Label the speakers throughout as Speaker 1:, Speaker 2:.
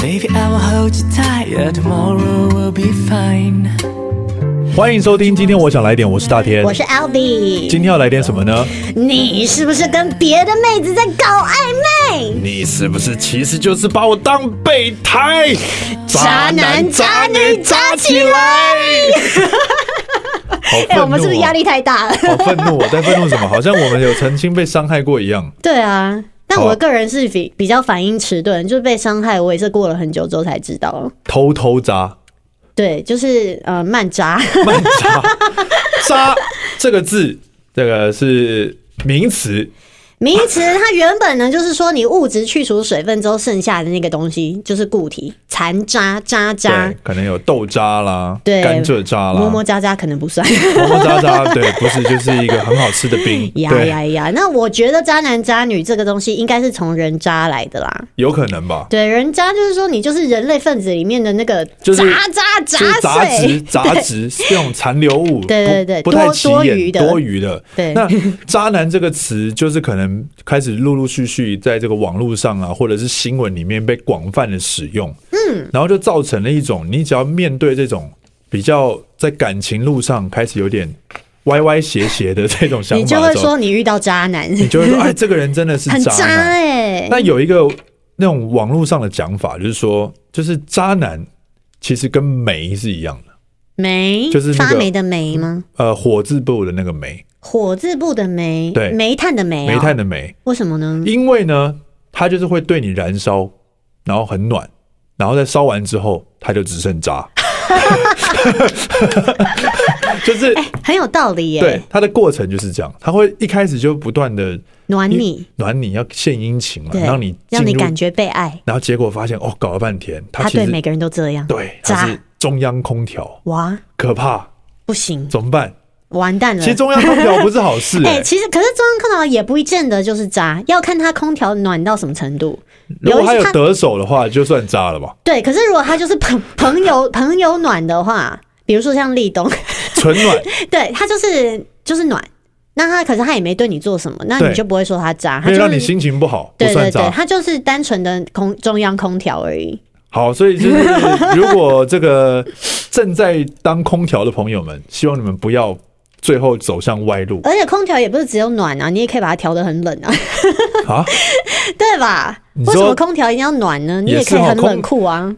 Speaker 1: Maybe I will hold you tight, yeah, tomorrow will be fine.
Speaker 2: 欢迎收听，今天我想来点，我是大天
Speaker 3: 我。是 Albi，
Speaker 2: 今天要来点什么呢？
Speaker 3: 你是不是跟别的妹子在搞暧昧？
Speaker 2: 你是不是其实就是把我当备胎？
Speaker 3: 渣男渣女渣起
Speaker 2: 来！好愤怒、哦
Speaker 3: 哎、我们是不是压？力太大了？
Speaker 2: 好愤怒、哦！在愤怒什么？好像我们有曾经被伤害过一样。
Speaker 3: 对啊，但
Speaker 2: 好啊
Speaker 3: 我个人是比比较反应迟钝，就是被伤害，我也是过了很久之后才知道。
Speaker 2: 偷偷 渣，
Speaker 3: 对，就是呃慢渣，
Speaker 2: 慢渣，渣这个字，这个是名词。
Speaker 3: 名词它原本呢就是说你物质去除水分之后剩下的那个东西就是固体，残渣渣渣
Speaker 2: 对，，可能有豆渣啦，
Speaker 3: 对
Speaker 2: 甘蔗渣啦，
Speaker 3: 么么渣渣可能不算。
Speaker 2: 么么渣渣，对，不是就是一个很好吃的冰，
Speaker 3: 呀
Speaker 2: 对，
Speaker 3: 呀呀！那我觉得渣男渣女这个东西应该是从人渣来的啦。
Speaker 2: 有可能吧，
Speaker 3: 对，人渣就是说你就是人类分子里面的那个
Speaker 2: 就
Speaker 3: 渣
Speaker 2: 是
Speaker 3: 渣
Speaker 2: 就是
Speaker 3: 渣
Speaker 2: 杂
Speaker 3: 碎
Speaker 2: 质，，杂质是这种残留物，
Speaker 3: 对对对
Speaker 2: 不不太
Speaker 3: 多
Speaker 2: 起
Speaker 3: 多
Speaker 2: 眼，
Speaker 3: 余的
Speaker 2: 多余的。
Speaker 3: 对
Speaker 2: 那渣男这个词，就是可能开始陆陆续续在这个网络上啊，或者是新闻里面被广泛的使用，嗯，然后就造成了一种，你只要面对这种比较在感情路上开始有点歪歪斜斜的这种想
Speaker 3: 你就
Speaker 2: 法
Speaker 3: 会
Speaker 2: 的时候，
Speaker 3: 说你遇到渣男，
Speaker 2: 你就会 说，哎，这个人真的是
Speaker 3: 很
Speaker 2: 渣
Speaker 3: 渣
Speaker 2: 男。
Speaker 3: 哎、
Speaker 2: 那有一个那种网络上的讲法，就是说，就是渣男其实跟煤是一样的，
Speaker 3: 煤
Speaker 2: 就是那个
Speaker 3: 发霉的霉吗？
Speaker 2: 呃，火字部的那个煤，
Speaker 3: 火字部的煤，
Speaker 2: 对
Speaker 3: 煤炭的煤、啊
Speaker 2: 煤炭的
Speaker 3: 的，
Speaker 2: 煤，
Speaker 3: 为什么呢？
Speaker 2: 因为呢，它就是会对你燃烧，然后很暖，然后在烧完之后，它就只剩渣， 就是。
Speaker 3: 很有道理耶、
Speaker 2: 对，它的过程就是这样，它会一开始就不断的
Speaker 3: 暖你，
Speaker 2: 暖你要献殷勤嘛，
Speaker 3: 对，
Speaker 2: 让你进
Speaker 3: 让你
Speaker 2: 入
Speaker 3: 感觉被爱。
Speaker 2: 然后结果发现哦，搞了半天，他
Speaker 3: 他
Speaker 2: 其
Speaker 3: 对
Speaker 2: 实
Speaker 3: 每个人都这样，
Speaker 2: 对他
Speaker 3: 渣
Speaker 2: 是中央空调，
Speaker 3: 哇，
Speaker 2: 可怕，
Speaker 3: 不行，
Speaker 2: 怎么办？
Speaker 3: 完蛋了。
Speaker 2: 其实中央空调不是好 事、
Speaker 3: 哎、
Speaker 2: 哎，
Speaker 3: 其实可是中央空调也不见得就是渣，要看它空调暖到什么程度。
Speaker 2: 如果
Speaker 3: 一
Speaker 2: 他
Speaker 3: 些
Speaker 2: 有
Speaker 3: 它
Speaker 2: 得手的话，就算渣了吧，
Speaker 3: 对，可是如果他就是朋 朋友朋友暖的话，比如说像立冬，
Speaker 2: 纯暖。
Speaker 3: 对他就是就是暖，那他可是他也没对你做什么，那
Speaker 2: 对
Speaker 3: 你就不会说他渣，他
Speaker 2: 没有
Speaker 3: 就
Speaker 2: 让你
Speaker 3: 是
Speaker 2: 心情不好，不
Speaker 3: 对
Speaker 2: 算
Speaker 3: 对
Speaker 2: 渣
Speaker 3: 对，。他就是单纯的空中央空调而已。
Speaker 2: 好，所以就是 如果这个正在当空调的朋友们，希望你们不要最后走向歪路
Speaker 3: 而且空调也不是只有暖啊，你也可以把它调得很冷啊，
Speaker 2: 啊！
Speaker 3: 对吧？
Speaker 2: 你
Speaker 3: 为什
Speaker 2: 说
Speaker 3: 么空调一定要暖呢？你
Speaker 2: 也
Speaker 3: 也
Speaker 2: 是
Speaker 3: 可以
Speaker 2: 哦
Speaker 3: 很
Speaker 2: 空
Speaker 3: 冷酷啊。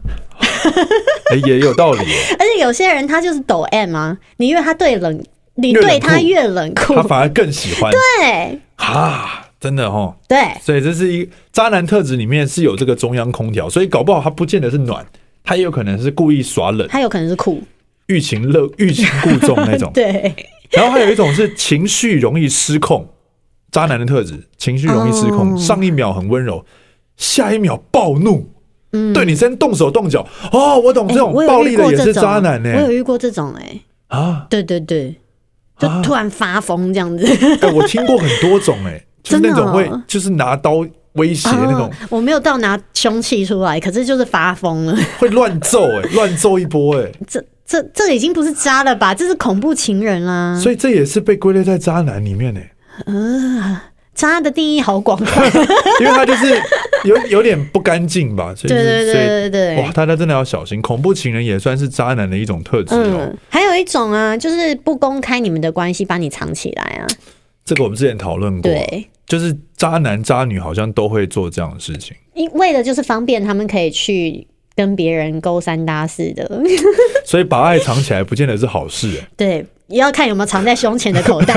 Speaker 2: 哎、也有道理 耶，
Speaker 3: 而且有些人他就是抖 M 啊，你越他对冷，你
Speaker 2: 越冷
Speaker 3: 对他
Speaker 2: 酷
Speaker 3: 越冷酷
Speaker 2: 他，反而更喜欢
Speaker 3: 对
Speaker 2: 啊，真的哦。
Speaker 3: 对。
Speaker 2: 所以这是一渣男特质里面是有这个中央空调，所以搞不好他不见得是暖，他也有可能是故意耍冷、
Speaker 3: 他有可能是酷，。
Speaker 2: 欲擒乐、欲擒故纵那种
Speaker 3: 对，
Speaker 2: 然后还有一种是情绪容易失控，渣男的特质，情绪容易失控，
Speaker 3: 哦
Speaker 2: 上一秒很温柔，下一秒暴怒，对你真动手动脚。哦，我懂这
Speaker 3: 嗯哎
Speaker 2: 种
Speaker 3: 我有
Speaker 2: 暴
Speaker 3: 遇
Speaker 2: 力的
Speaker 3: 过
Speaker 2: 也
Speaker 3: 这
Speaker 2: 是
Speaker 3: 种
Speaker 2: 渣男呢、欸
Speaker 3: 我有遇过这种哎、
Speaker 2: 啊，
Speaker 3: 对对对，就
Speaker 2: 啊
Speaker 3: 突然发疯这样子。
Speaker 2: 哎，我听过很多种哎、 就是
Speaker 3: 真的
Speaker 2: 那种会
Speaker 3: 哦啊
Speaker 2: 就是拿刀威胁那种，
Speaker 3: 我没有到拿凶器出来，可是就是发疯了。
Speaker 2: 会乱揍哎、乱揍一波哎、
Speaker 3: 这这这已经不是渣了吧？这是恐怖情人啦、
Speaker 2: 所以这也是被归类在渣男里面呢、欸
Speaker 3: 渣的定义好广 泛，
Speaker 2: 因为他就是有 有点不干净吧，所以就是
Speaker 3: 对对
Speaker 2: 所
Speaker 3: 对
Speaker 2: 以
Speaker 3: 对嗯对对
Speaker 2: 哇，大家真的要小心，恐怖情人也算是渣男的一种特质哦。
Speaker 3: 嗯，还有一种啊，就是不公开你们的关系，把你藏起来啊。
Speaker 2: 这个我们之前讨论过，
Speaker 3: 对，
Speaker 2: 就是渣男渣女好像都会做这样的事情，
Speaker 3: 因为了就是方便他们可以去跟别人勾三搭四的，
Speaker 2: 所以把爱藏起来不见得是好事、哎
Speaker 3: 对，要看有没有藏在胸前的口袋。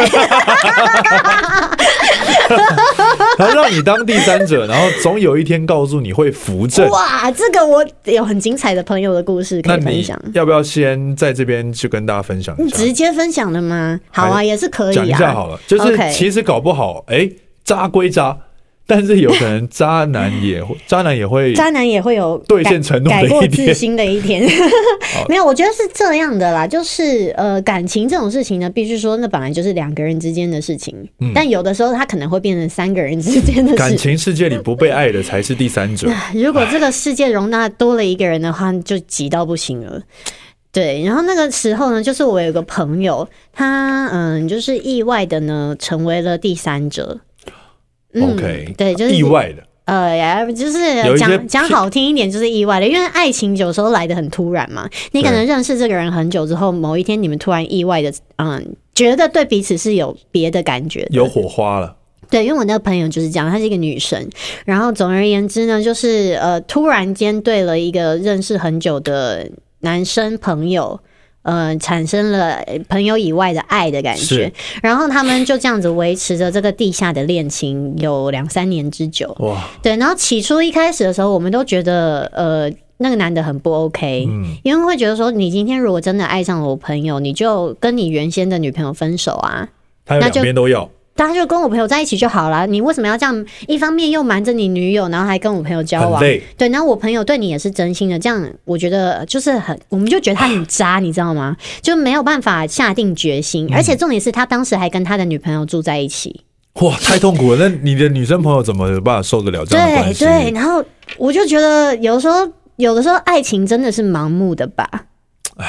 Speaker 2: 然后让你当第三者，然后总有一天告诉你会扶 正。
Speaker 3: 哇，这个我有很精彩的朋友的故事可
Speaker 2: 那
Speaker 3: 以分
Speaker 2: 你
Speaker 3: 享。
Speaker 2: 要不要先在这边去跟大家分享一
Speaker 3: 你
Speaker 2: 下？
Speaker 3: 直接分享的吗？好啊，
Speaker 2: 还
Speaker 3: 也是可以啊。
Speaker 2: 哎讲一下好了，就是
Speaker 3: OK
Speaker 2: 其实搞不好，哎、渣归渣，但是有可能渣男也会，渣男也会
Speaker 3: 渣男也会有
Speaker 2: 兑
Speaker 3: 改
Speaker 2: 现承诺的
Speaker 3: 改过
Speaker 2: 一天
Speaker 3: 自新的一天。 没有，我觉得是这样的啦，就是呃，感情这种事情呢，必须说那本来就是两个人之间的事情，
Speaker 2: 嗯
Speaker 3: 但有的时候它可能会变成三个人之间的
Speaker 2: 感
Speaker 3: 事。
Speaker 2: 情世界里不被爱的才是第三者。
Speaker 3: 如果这个世界容纳多了一个人的话，就挤到不行了。对，然后那个时候呢，就是我有个朋友，他嗯，就是意外的呢，成为了第三者。嗯
Speaker 2: OK，
Speaker 3: 对就是
Speaker 2: 意外的，
Speaker 3: 呃，呀，就是
Speaker 2: 有一些
Speaker 3: 讲讲好听一点，就是意外的，因为爱情有时候来的很突然嘛。你可能认识这个人很久之后，某一天你们突然意外的，嗯，觉得对彼此是有别的感觉的
Speaker 2: 有火花了，
Speaker 3: 对，因为我那个朋友就是这样，她是一个女生。然后总而言之呢，就是呃，突然间对了一个认识很久的男生朋友，呃，产生了朋友以外的爱的感觉
Speaker 2: 是。
Speaker 3: 然后他们就这样子维持着这个地下的恋情有两三年之久。
Speaker 2: 哇，
Speaker 3: 对，然后起初一开始的时候，我们都觉得呃。那个男的很不 OK，、因为会觉得说，你今天如果真的爱上了我朋友，你就跟你原先的女朋友分手啊，
Speaker 2: 他有
Speaker 3: 那
Speaker 2: 两
Speaker 3: 就
Speaker 2: 边都要，
Speaker 3: 大家就跟我朋友在一起就好了。你为什么要这样？一方面又瞒着你女友，然后还跟我朋友交
Speaker 2: 很
Speaker 3: 往
Speaker 2: 累，
Speaker 3: 对，然后我朋友对你也是真心的，这样我觉得就是很，我们就觉得他很渣，你知道吗？就没有办法下定决
Speaker 2: 嗯
Speaker 3: 心，而且重点是他当时还跟他的女朋友住在一起，
Speaker 2: 哇，太痛苦了。那你的女生朋友怎么有办法受得了这样的
Speaker 3: 对
Speaker 2: 关系？
Speaker 3: 对，然后我就觉得有时候有的时候爱情真的是盲目的吧。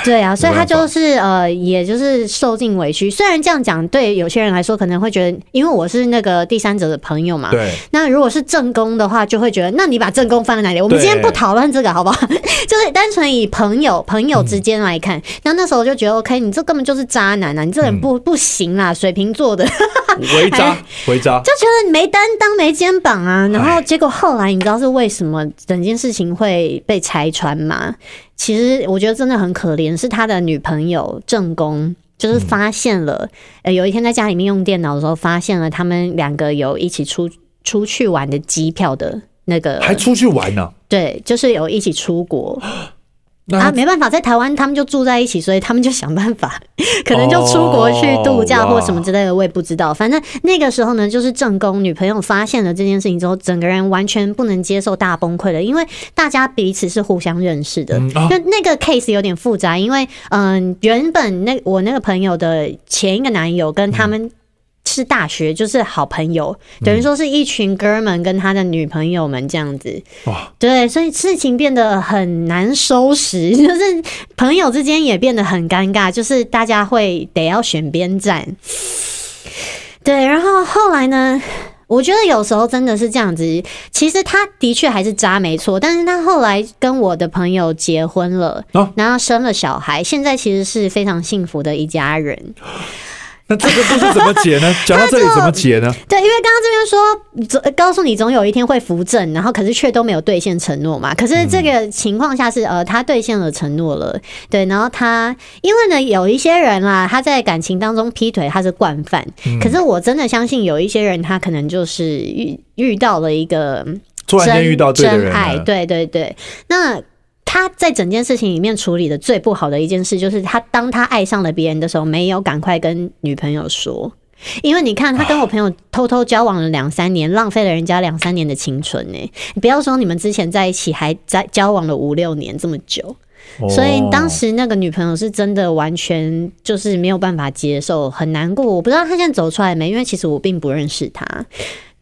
Speaker 3: 对啊，所以他
Speaker 2: 没办法
Speaker 3: 就是呃，也就是受尽委屈。虽然这样讲对有些人来说可能会觉得，因为我是那个第三者的朋友嘛，
Speaker 2: 对
Speaker 3: 那如果是正宫的话，就会觉得，那你把正宫放在哪里？我们今天不讨论这个，好不好？ 就是单纯以朋友朋友之间来看，那、那时候我就觉得，OK，你这根本就是渣男啊！你这人不、不行啦，水瓶座的就
Speaker 2: 回
Speaker 3: 哎
Speaker 2: 渣回渣，
Speaker 3: 觉得你没担当、没肩膀啊。然后结果后来，你知道是为什么整件事情会被拆穿吗？其实我觉得真的很可怜，是他的女朋友正宫。就是发现了，呃，有一天在家里面用电脑的时候，发现了他们两个有一起出出去玩的机票的那个，
Speaker 2: 还出去玩呢？
Speaker 3: 对，就是有一起出国
Speaker 2: 那
Speaker 3: 啊，
Speaker 2: 他
Speaker 3: 没办法，在台湾他们就住在一起，所以他们就想办法， 可能就出国去度假
Speaker 2: 哦哇
Speaker 3: 或什么之类的，我也不知道。反正那个时候呢，就是正宫女朋友发现了这件事情之后，整个人完全不能接受，大崩溃了，因为大家彼此是互相认识的，
Speaker 2: 嗯啊
Speaker 3: 那那个 case 有点复杂，因为嗯、原本那我那个朋友的前一个男友跟他们是大学，就是好朋友，等于说是一群哥们跟他的女朋友们这样子。
Speaker 2: 哇，
Speaker 3: 对，所以事情变得很难收拾， 就是朋友之间也变得很尴尬，就是大家会得要选边站。对，然后后来呢？我觉得有时候真的是这样子，其实他的确还是渣没错，但是他后来跟我的朋友结婚了，
Speaker 2: 啊
Speaker 3: 然后生了小孩，现在其实是非常幸福的一家人。
Speaker 2: 那这个故事怎么解 呢？讲到这里怎么解呢？
Speaker 3: 对，因为刚刚这边说，总告诉你总有一天会扶正，然后可是却都没有兑现承诺嘛。可是这个情况下是，呃，他兑现了承诺了，对，然后他因为呢，有一些人啦，他在感情当中劈腿，他是惯犯，可是我真的相信有一些人，他可能就是遇遇到了一个
Speaker 2: 突然间
Speaker 3: 真
Speaker 2: 遇到对的人啊
Speaker 3: 真爱，
Speaker 2: 了，
Speaker 3: 对对对。那他在整件事情里面处理的最不好的一件事，就是他当他爱上了别人的时候，没有赶快跟女朋友说。因为你看，他跟我朋友偷偷交往了两三年，浪费了人家两三年的青春呢、你不要说你们之前在一起，还在交往了五六年这么久，
Speaker 2: 哦
Speaker 3: 所以当时那个女朋友是真的完全就是没有办法接受，很难过。我不知道她现在走出来没，因为其实我并不认识她。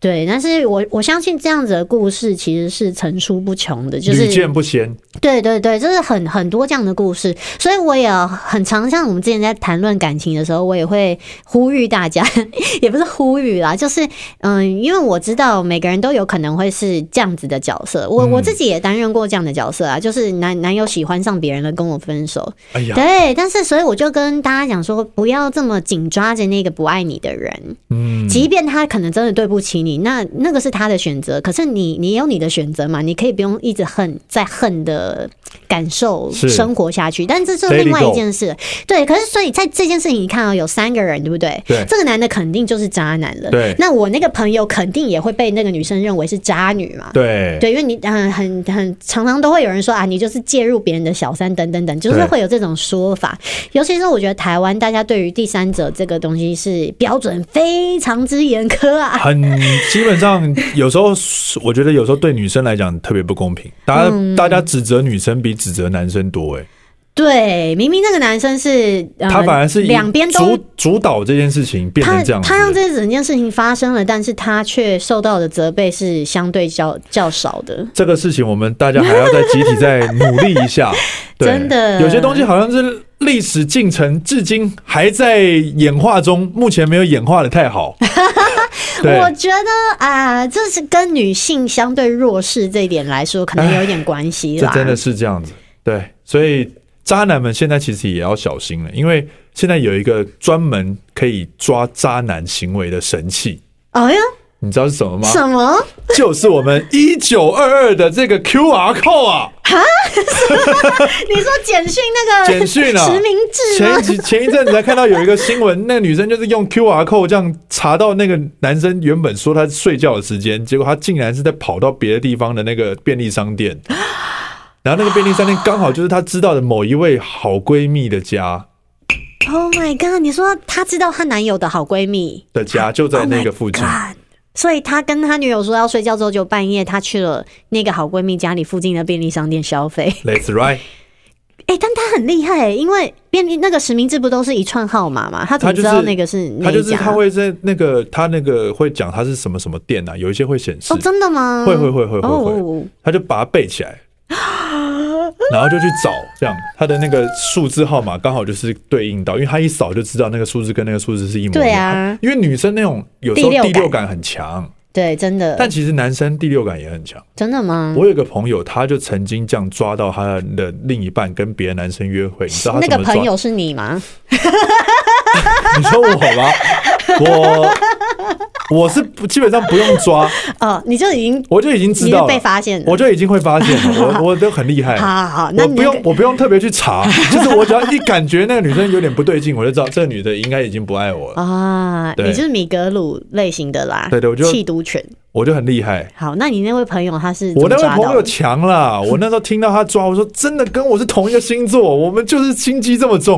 Speaker 3: 对，但是我我相信这样子的故事其实是层出不穷的，就
Speaker 2: 屡
Speaker 3: 是
Speaker 2: 见不鲜，
Speaker 3: 对对对，就是很很多这样的故事，所以我也很常像我们之前在谈论感情的时候，我也会呼吁大家， 也不是呼吁啦，就是嗯，因为我知道每个人都有可能会是这样子的角色，我、我自己也担任过这样的角色啊，就是男男友喜欢上别人了，跟我分手，
Speaker 2: 哎呀，
Speaker 3: 对，但是所以我就跟大家讲说，不要这么紧抓着那个不爱你的人，
Speaker 2: 嗯，
Speaker 3: 即便他可能真的对不起你，那那个是他的选择，可是你你有你的选择嘛，你可以不用一直恨，在恨的感受
Speaker 2: 是
Speaker 3: 生活下去，但这是
Speaker 2: Let it
Speaker 3: 另外
Speaker 2: go
Speaker 3: 一件事。对，可是所以在这件事情，你看啊、有三个人，对不对？
Speaker 2: 对
Speaker 3: 这个男的肯定就是渣男了。
Speaker 2: 对
Speaker 3: 那我那个朋友肯定也会被那个女生认为是渣女嘛。
Speaker 2: 对，
Speaker 3: 对，因为你嗯很很常常都会有人说啊，你就是介入别人的小三等等等，就是
Speaker 2: 对
Speaker 3: 会有这种说法。尤其是我觉得台湾大家对于第三者这个东西是标准非常之严苛啊。
Speaker 2: 很基本上，有时候我觉得有时候对女生来讲特别不公平，大家、
Speaker 3: 嗯
Speaker 2: 大家指责女生比指责男生多、欸，
Speaker 3: 对，明明那个男生是、呃、
Speaker 2: 他反而是以
Speaker 3: 两边都
Speaker 2: 主主导这件事情变
Speaker 3: 他
Speaker 2: 成这样子
Speaker 3: 他让这整件事情发生了，但是他却受到的责备是相对较较少的。
Speaker 2: 这个事情，我们大家还要再集体再努力一 下。对
Speaker 3: 真的
Speaker 2: 有些东西好像是历史进 程，至今还在演化中，目前没有演化的太好。对
Speaker 3: 我觉得啊、这是跟女性相对弱势这一点来说，可能有一点关系
Speaker 2: 这
Speaker 3: 啦。
Speaker 2: 真的是这样子，对，所以渣男们现在其实也要小心了，因为现在有一个专门可以抓渣男行为的神器，
Speaker 3: 哎呀，
Speaker 2: 你知道是什么吗？
Speaker 3: 什么？
Speaker 2: 就是我们一九二二的这个 QR code 啊，
Speaker 3: 你说简讯那个
Speaker 2: 简讯啊，
Speaker 3: 实名制
Speaker 2: 前
Speaker 3: 吗？
Speaker 2: 几前一阵子才看到有一个新闻，那个女生就是用 QR code 这样查到那个男生原本说他睡觉的时间，结果他竟然是在跑到别的地方的那个便利商 店，然后那个便利商店刚好就是她知道的某一位好闺蜜的家
Speaker 3: Oh my god！你说她知道她男友的好闺蜜
Speaker 2: 的家就在那个附近
Speaker 3: Oh，my god 所以她跟她女友说要睡觉之后，就半夜她去了那个好闺蜜家里附近的便利商店消费。
Speaker 2: That's right，
Speaker 3: 哎、但她很厉害、因为便利那个实名制不都是一串号码吗？她怎
Speaker 2: 她
Speaker 3: 么
Speaker 2: 就
Speaker 3: 知
Speaker 2: 是
Speaker 3: 道那个是哪
Speaker 2: 她
Speaker 3: 一
Speaker 2: 就是
Speaker 3: 家？
Speaker 2: 她会在那个她那个会讲她是什么什么店啊，有一些会显示
Speaker 3: 哦，，真的吗？
Speaker 2: 会会会会会会
Speaker 3: 哦，
Speaker 2: 她就把它背起 来。然后就去找，这样他的那个数字号码刚好就是对应到，因为他一扫就知道那个数字跟那个数字是一模一样。
Speaker 3: 对啊
Speaker 2: 因为女生那种有时候
Speaker 3: 第六
Speaker 2: 第
Speaker 3: 感
Speaker 2: 六感很强，
Speaker 3: 对，嗯真的。
Speaker 2: 但其实男生第六感也很强。
Speaker 3: 真的吗？
Speaker 2: 我有一个朋友，他就曾经这样抓到他的另一半跟别的男生约会，你知道他
Speaker 3: 那
Speaker 2: 怎
Speaker 3: 个
Speaker 2: 么抓？
Speaker 3: 朋友是你吗？
Speaker 2: 你说我吗？我我是不基本上不用抓，
Speaker 3: 哦，你就已经
Speaker 2: 我就已经知
Speaker 3: 你
Speaker 2: 道
Speaker 3: 是
Speaker 2: 了
Speaker 3: 被发现了。
Speaker 2: 我就已经会发现了，我我都很厉 害。
Speaker 3: 好好好，那
Speaker 2: 我
Speaker 3: 你
Speaker 2: 不
Speaker 3: 那
Speaker 2: 用，
Speaker 3: 个
Speaker 2: 我不用特别去查， 就是我只要一感觉那个女生有点不对劲，我就知道这女的应该已经不爱我了，
Speaker 3: 啊，
Speaker 2: 对
Speaker 3: 你就是米格鲁类型的啦。
Speaker 2: 对对我就
Speaker 3: 弃毒犬。
Speaker 2: 我就很厉害。
Speaker 3: 好，那你那位朋友他是怎
Speaker 2: 我
Speaker 3: 么
Speaker 2: 那位
Speaker 3: 抓
Speaker 2: 朋
Speaker 3: 到
Speaker 2: 友
Speaker 3: 的？
Speaker 2: 强啦，我那时候听到他抓，我说真的跟我是同一个星座，我们就是心机这么 重。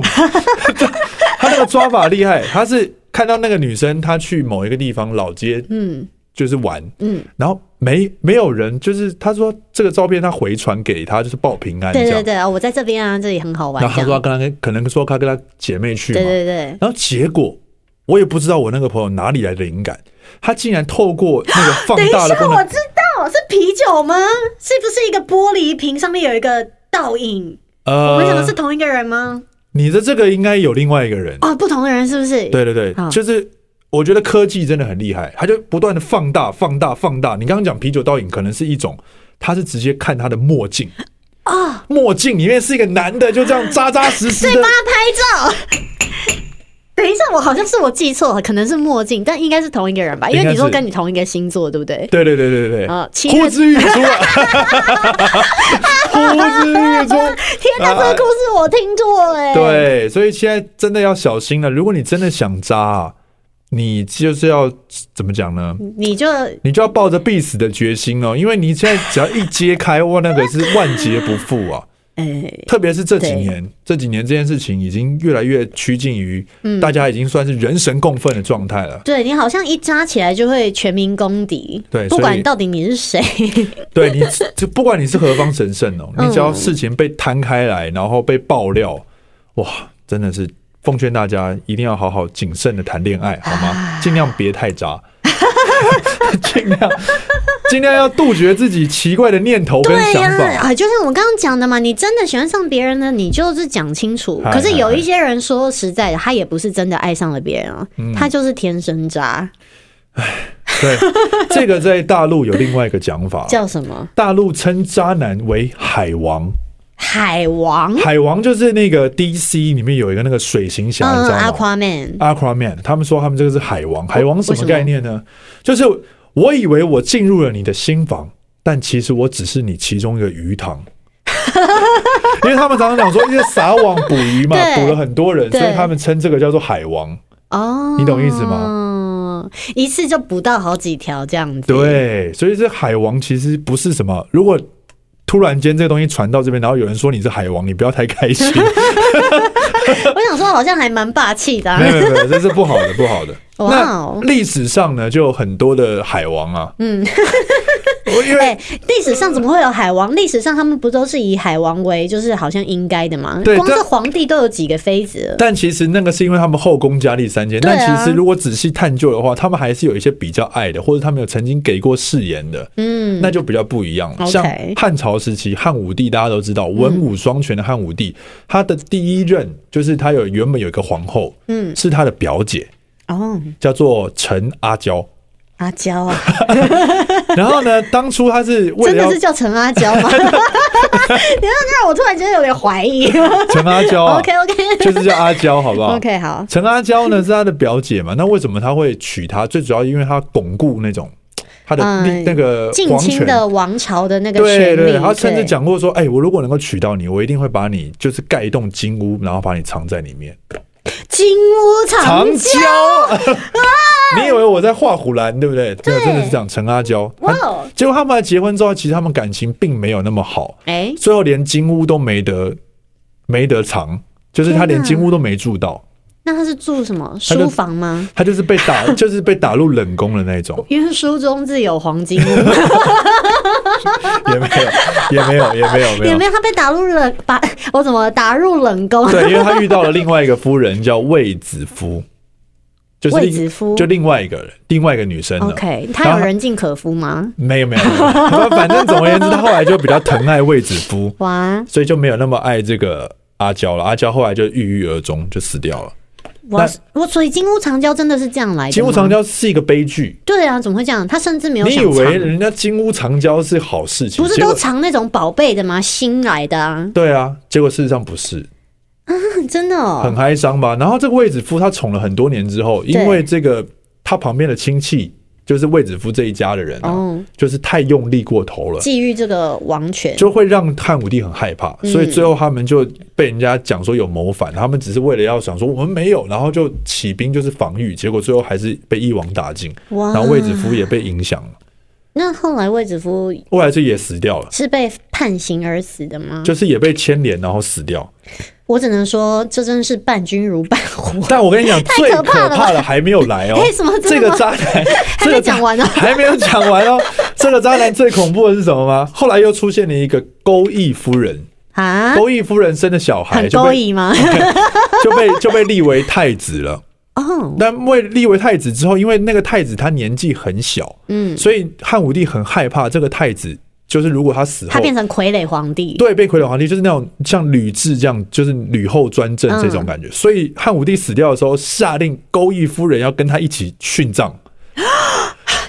Speaker 2: 他那个抓法厉害，他是看到那个女生她去某一个地方老街，
Speaker 3: 嗯
Speaker 2: 就是玩，
Speaker 3: 嗯，
Speaker 2: 然后没没有人，就是他说这个照片他回传给他，就是报平安这
Speaker 3: 对对
Speaker 2: 样。
Speaker 3: 对，哦我在这边啊，这里很好玩
Speaker 2: 然后。他
Speaker 3: 这
Speaker 2: 说他跟他
Speaker 3: 样
Speaker 2: 跟可能说他跟他姐妹去嘛，
Speaker 3: 对对对，
Speaker 2: 然后结果我也不知道我那个朋友哪里来的灵感，他竟然透过那个放
Speaker 3: 等一
Speaker 2: 大的
Speaker 3: 下，
Speaker 2: 功
Speaker 3: 我
Speaker 2: 能，
Speaker 3: 知道是啤酒吗？是不是一个玻璃瓶上面有一个倒影？我们想的是
Speaker 2: 呃，
Speaker 3: 同一个人吗？
Speaker 2: 你的这个应该有另外一个人，
Speaker 3: 哦，不同的人是不是？
Speaker 2: 对对对，
Speaker 3: 嗯
Speaker 2: 就是我觉得科技真的很厉害，他就不断的放大、放大、放大。你刚刚讲啤酒倒影可能是一种，他是直接看他的墨镜啊，墨镜里面是一个男的，就这样扎扎实实的，
Speaker 3: 拍照。等一下，我好像是我记错了，可能是墨镜，但应该是同一个人吧？因
Speaker 2: 应
Speaker 3: 为
Speaker 2: 该
Speaker 3: 你说
Speaker 2: 是
Speaker 3: 跟你同一个星座，对不对？
Speaker 2: 对对对对对
Speaker 3: 啊
Speaker 2: 对，
Speaker 3: 七
Speaker 2: 呼
Speaker 3: 月
Speaker 2: 之欲出啊， 呼之欲出。
Speaker 3: 天哪，这个故事我听错哎、，
Speaker 2: 对，所以现在真的要小心了。如果你真的想渣、啊，你就是要怎么讲呢？
Speaker 3: 你就
Speaker 2: 你就要抱着必死的决心哦，因为你现在只要一揭开，哇，那个是万劫不复啊！
Speaker 3: 哎，
Speaker 2: 特别是这几
Speaker 3: 对
Speaker 2: 年，这几年这件事情已经越来越趋近于大家已经算是人神共愤的状态了。
Speaker 3: 对你好像一扎起来就会全民公敌，
Speaker 2: 对
Speaker 3: 不
Speaker 2: 所以
Speaker 3: 管到底你是谁，
Speaker 2: 对你，就不管你是何方神圣哦，
Speaker 3: 嗯
Speaker 2: 你只要事情被摊开来，然后被爆料，哇，真的是奉劝大家一定要好好谨慎的谈恋爱，好吗？尽量别太渣， 尽量尽量要杜绝自己奇怪的念头跟
Speaker 3: 对
Speaker 2: 想
Speaker 3: 呀、
Speaker 2: 法。
Speaker 3: 啊，就像我刚刚讲的嘛，你真的喜欢上别人呢，你就是讲清楚。
Speaker 2: 嗨
Speaker 3: 可是有一些人说实在的，他也不是真的爱上了别人啊，
Speaker 2: 嗯
Speaker 3: 他就是天生渣，
Speaker 2: 对，这个在大陆有另外一个讲法，
Speaker 3: 叫什么
Speaker 2: 大陆称渣男为海王。
Speaker 3: 海王，
Speaker 2: 海王就是那个 DC 里面有一个那个水行侠，你
Speaker 3: 嗯
Speaker 2: 知道吗？
Speaker 3: ，Aquaman，
Speaker 2: Aquaman，他们说他们这个是海王，海王什
Speaker 3: 为什
Speaker 2: 么
Speaker 3: 么
Speaker 2: 概念呢？就是我以为我进入了你的心房，但其实我只是你其中一个鱼 塘。因为他们常常讲说，因为撒网捕鱼嘛，
Speaker 3: 对
Speaker 2: 捕了很多人，所
Speaker 3: 对
Speaker 2: 以他们称这个叫做海王。
Speaker 3: 哦，
Speaker 2: 你懂意思
Speaker 3: 吗？一次就捕到好几条这样子。，
Speaker 2: 对，所以这海王其实不是什么。如果突然间这个东西传到这边，然后有人说你是海王，你不要太开 心，
Speaker 3: 我想说好像还蛮霸气的、啊
Speaker 2: 没。有没有，没有这是不好的，不好的。
Speaker 3: 哇
Speaker 2: 那
Speaker 3: 哦
Speaker 2: 历史上呢，就有很多的海王啊，嗯，因为
Speaker 3: 哎，历史上怎么会有海王？历史上他们不都是以海王为就是好像应该的吗？
Speaker 2: 对
Speaker 3: 光
Speaker 2: 但
Speaker 3: 是皇帝都有几个妃子了。
Speaker 2: 但其实那个是因为他们后宫佳丽三千，
Speaker 3: 对啊
Speaker 2: 但其实如果仔细探究的话，他们还是有一些比较爱的，或者他们有曾经给过誓言的，
Speaker 3: 嗯，
Speaker 2: 那就比较不一样了。
Speaker 3: OK
Speaker 2: 像汉朝时期，汉武帝大家都知道，文武双全的汉武帝，他的第一任就是他有原本有一个皇后，
Speaker 3: 嗯
Speaker 2: 是他的表姐，
Speaker 3: 哦
Speaker 2: 叫做陈阿娇。
Speaker 3: 阿娇 啊，
Speaker 2: 然后呢，当初他是为
Speaker 3: 真
Speaker 2: 了
Speaker 3: 的
Speaker 2: 要
Speaker 3: 是叫陈阿娇 吗？ 你要让我突然觉得有点怀疑。
Speaker 2: 陈阿娇、啊
Speaker 3: OK OK
Speaker 2: 就是叫阿娇，好不好
Speaker 3: OK，好，
Speaker 2: 陈阿娇呢是她的表姐嘛，那为什么她会娶她？最主要因为她巩固那种她的
Speaker 3: 嗯
Speaker 2: 那那个
Speaker 3: 近
Speaker 2: 皇
Speaker 3: 亲
Speaker 2: 权。
Speaker 3: 的王朝的那个权
Speaker 2: 呃对
Speaker 3: 利，
Speaker 2: 对，她甚至
Speaker 3: 对
Speaker 2: 讲过说：“哎、我如果能够娶到你，我一定会把你就是盖一栋金屋，然后把你藏在里面。
Speaker 3: 金屋”藏
Speaker 2: 藏
Speaker 3: 娇。
Speaker 2: 娇，你以为我在画虎兰对不对？对，真的是这样。陈阿娇，
Speaker 3: 哇
Speaker 2: 她
Speaker 3: 哦，
Speaker 2: 结果他们来结婚之后，其实他们感情并没有那么好，
Speaker 3: 哎，
Speaker 2: 最后连金屋都没得没得藏，就是她连
Speaker 3: 天哪
Speaker 2: 金屋都没住到，
Speaker 3: 那他是住什么
Speaker 2: 他就
Speaker 3: 书房吗？
Speaker 2: 她就是被 打，就是被打入冷宫的那种。
Speaker 3: 因为书中自有黄 金屋，
Speaker 2: 也没有，也没有，也没有，没
Speaker 3: 也
Speaker 2: 有
Speaker 3: 没。 有他被打入冷把， 我怎么打入冷 宫？
Speaker 2: 对，因为他遇 到了另外一个夫人叫卫子夫，就是
Speaker 3: 卫
Speaker 2: 另
Speaker 3: 子夫
Speaker 2: 就另外一个人，另外一个女生了。
Speaker 3: OK，
Speaker 2: 然
Speaker 3: 他
Speaker 2: 后
Speaker 3: 有人尽可夫吗？
Speaker 2: 没有没有，没有反正总而言之，他后来就比较疼爱卫子夫，
Speaker 3: 哇
Speaker 2: 所以就没有那么爱这个阿娇了。阿娇后来就郁郁而终，就死掉了。
Speaker 3: 哇，我所以金屋藏娇真的是这样来的吗？
Speaker 2: 金屋藏娇是一个悲剧，
Speaker 3: 对啊，怎么会这样？他甚至哎没有
Speaker 2: 你
Speaker 3: 想
Speaker 2: 以为
Speaker 3: 藏，
Speaker 2: 人家金屋藏娇是好事情？
Speaker 3: 不是
Speaker 2: 结
Speaker 3: 都
Speaker 2: 果
Speaker 3: 藏那种宝贝的吗？新来的啊，
Speaker 2: 对啊，结果事实上不是，
Speaker 3: 真的哦
Speaker 2: 很哀伤吧。然后这个卫子夫他宠了很多年之后，因为这个他旁边的亲戚就是卫子夫这一家的人、啊，
Speaker 3: 哦，
Speaker 2: 就是太用力过头了。
Speaker 3: 觊觎这个王权，
Speaker 2: 就会让汉武帝很害怕，
Speaker 3: 嗯
Speaker 2: 所以最后他们就被人家讲说有谋反，他们只是为了要想说我们没有，然后就起兵就是防御，结果最后还是被一网打尽，
Speaker 3: 哇
Speaker 2: 然后卫子夫也被影响了，
Speaker 3: 那后来卫子夫
Speaker 2: 后来就也死掉了，
Speaker 3: 是被判刑而死的吗？
Speaker 2: 就是也被牵连然后死掉。
Speaker 3: 我只能说，这真是伴君如伴虎。
Speaker 2: 但我跟你讲，最
Speaker 3: 可怕了
Speaker 2: 可
Speaker 3: 吧
Speaker 2: 怕的还没有来哦
Speaker 3: 哎，什么真的
Speaker 2: 这个
Speaker 3: 吗
Speaker 2: 渣男
Speaker 3: 还
Speaker 2: 这
Speaker 3: 没
Speaker 2: 个渣
Speaker 3: 讲完呢、
Speaker 2: 还没有讲完哦。这个渣男最恐怖的是什么吗？后来又出现了一个勾弋夫人，
Speaker 3: 啊，
Speaker 2: 勾弋夫人生的小孩
Speaker 3: 很
Speaker 2: 就
Speaker 3: 勾
Speaker 2: 被
Speaker 3: 引吗？
Speaker 2: 就被 就被立为太子了。
Speaker 3: 哦，
Speaker 2: 但为立为太子之后，因为那个太子他年纪很小，
Speaker 3: 嗯，
Speaker 2: 所以汉武帝很害怕这个太子，就是如果他死
Speaker 3: 他
Speaker 2: 后。
Speaker 3: 变成傀儡皇帝。
Speaker 2: 对，被傀儡皇帝就是那种像吕雉这样，就是吕后专政
Speaker 3: 嗯
Speaker 2: 这种感觉。所以汉武帝死掉的时候，下令勾弋夫人要跟他一起殉葬。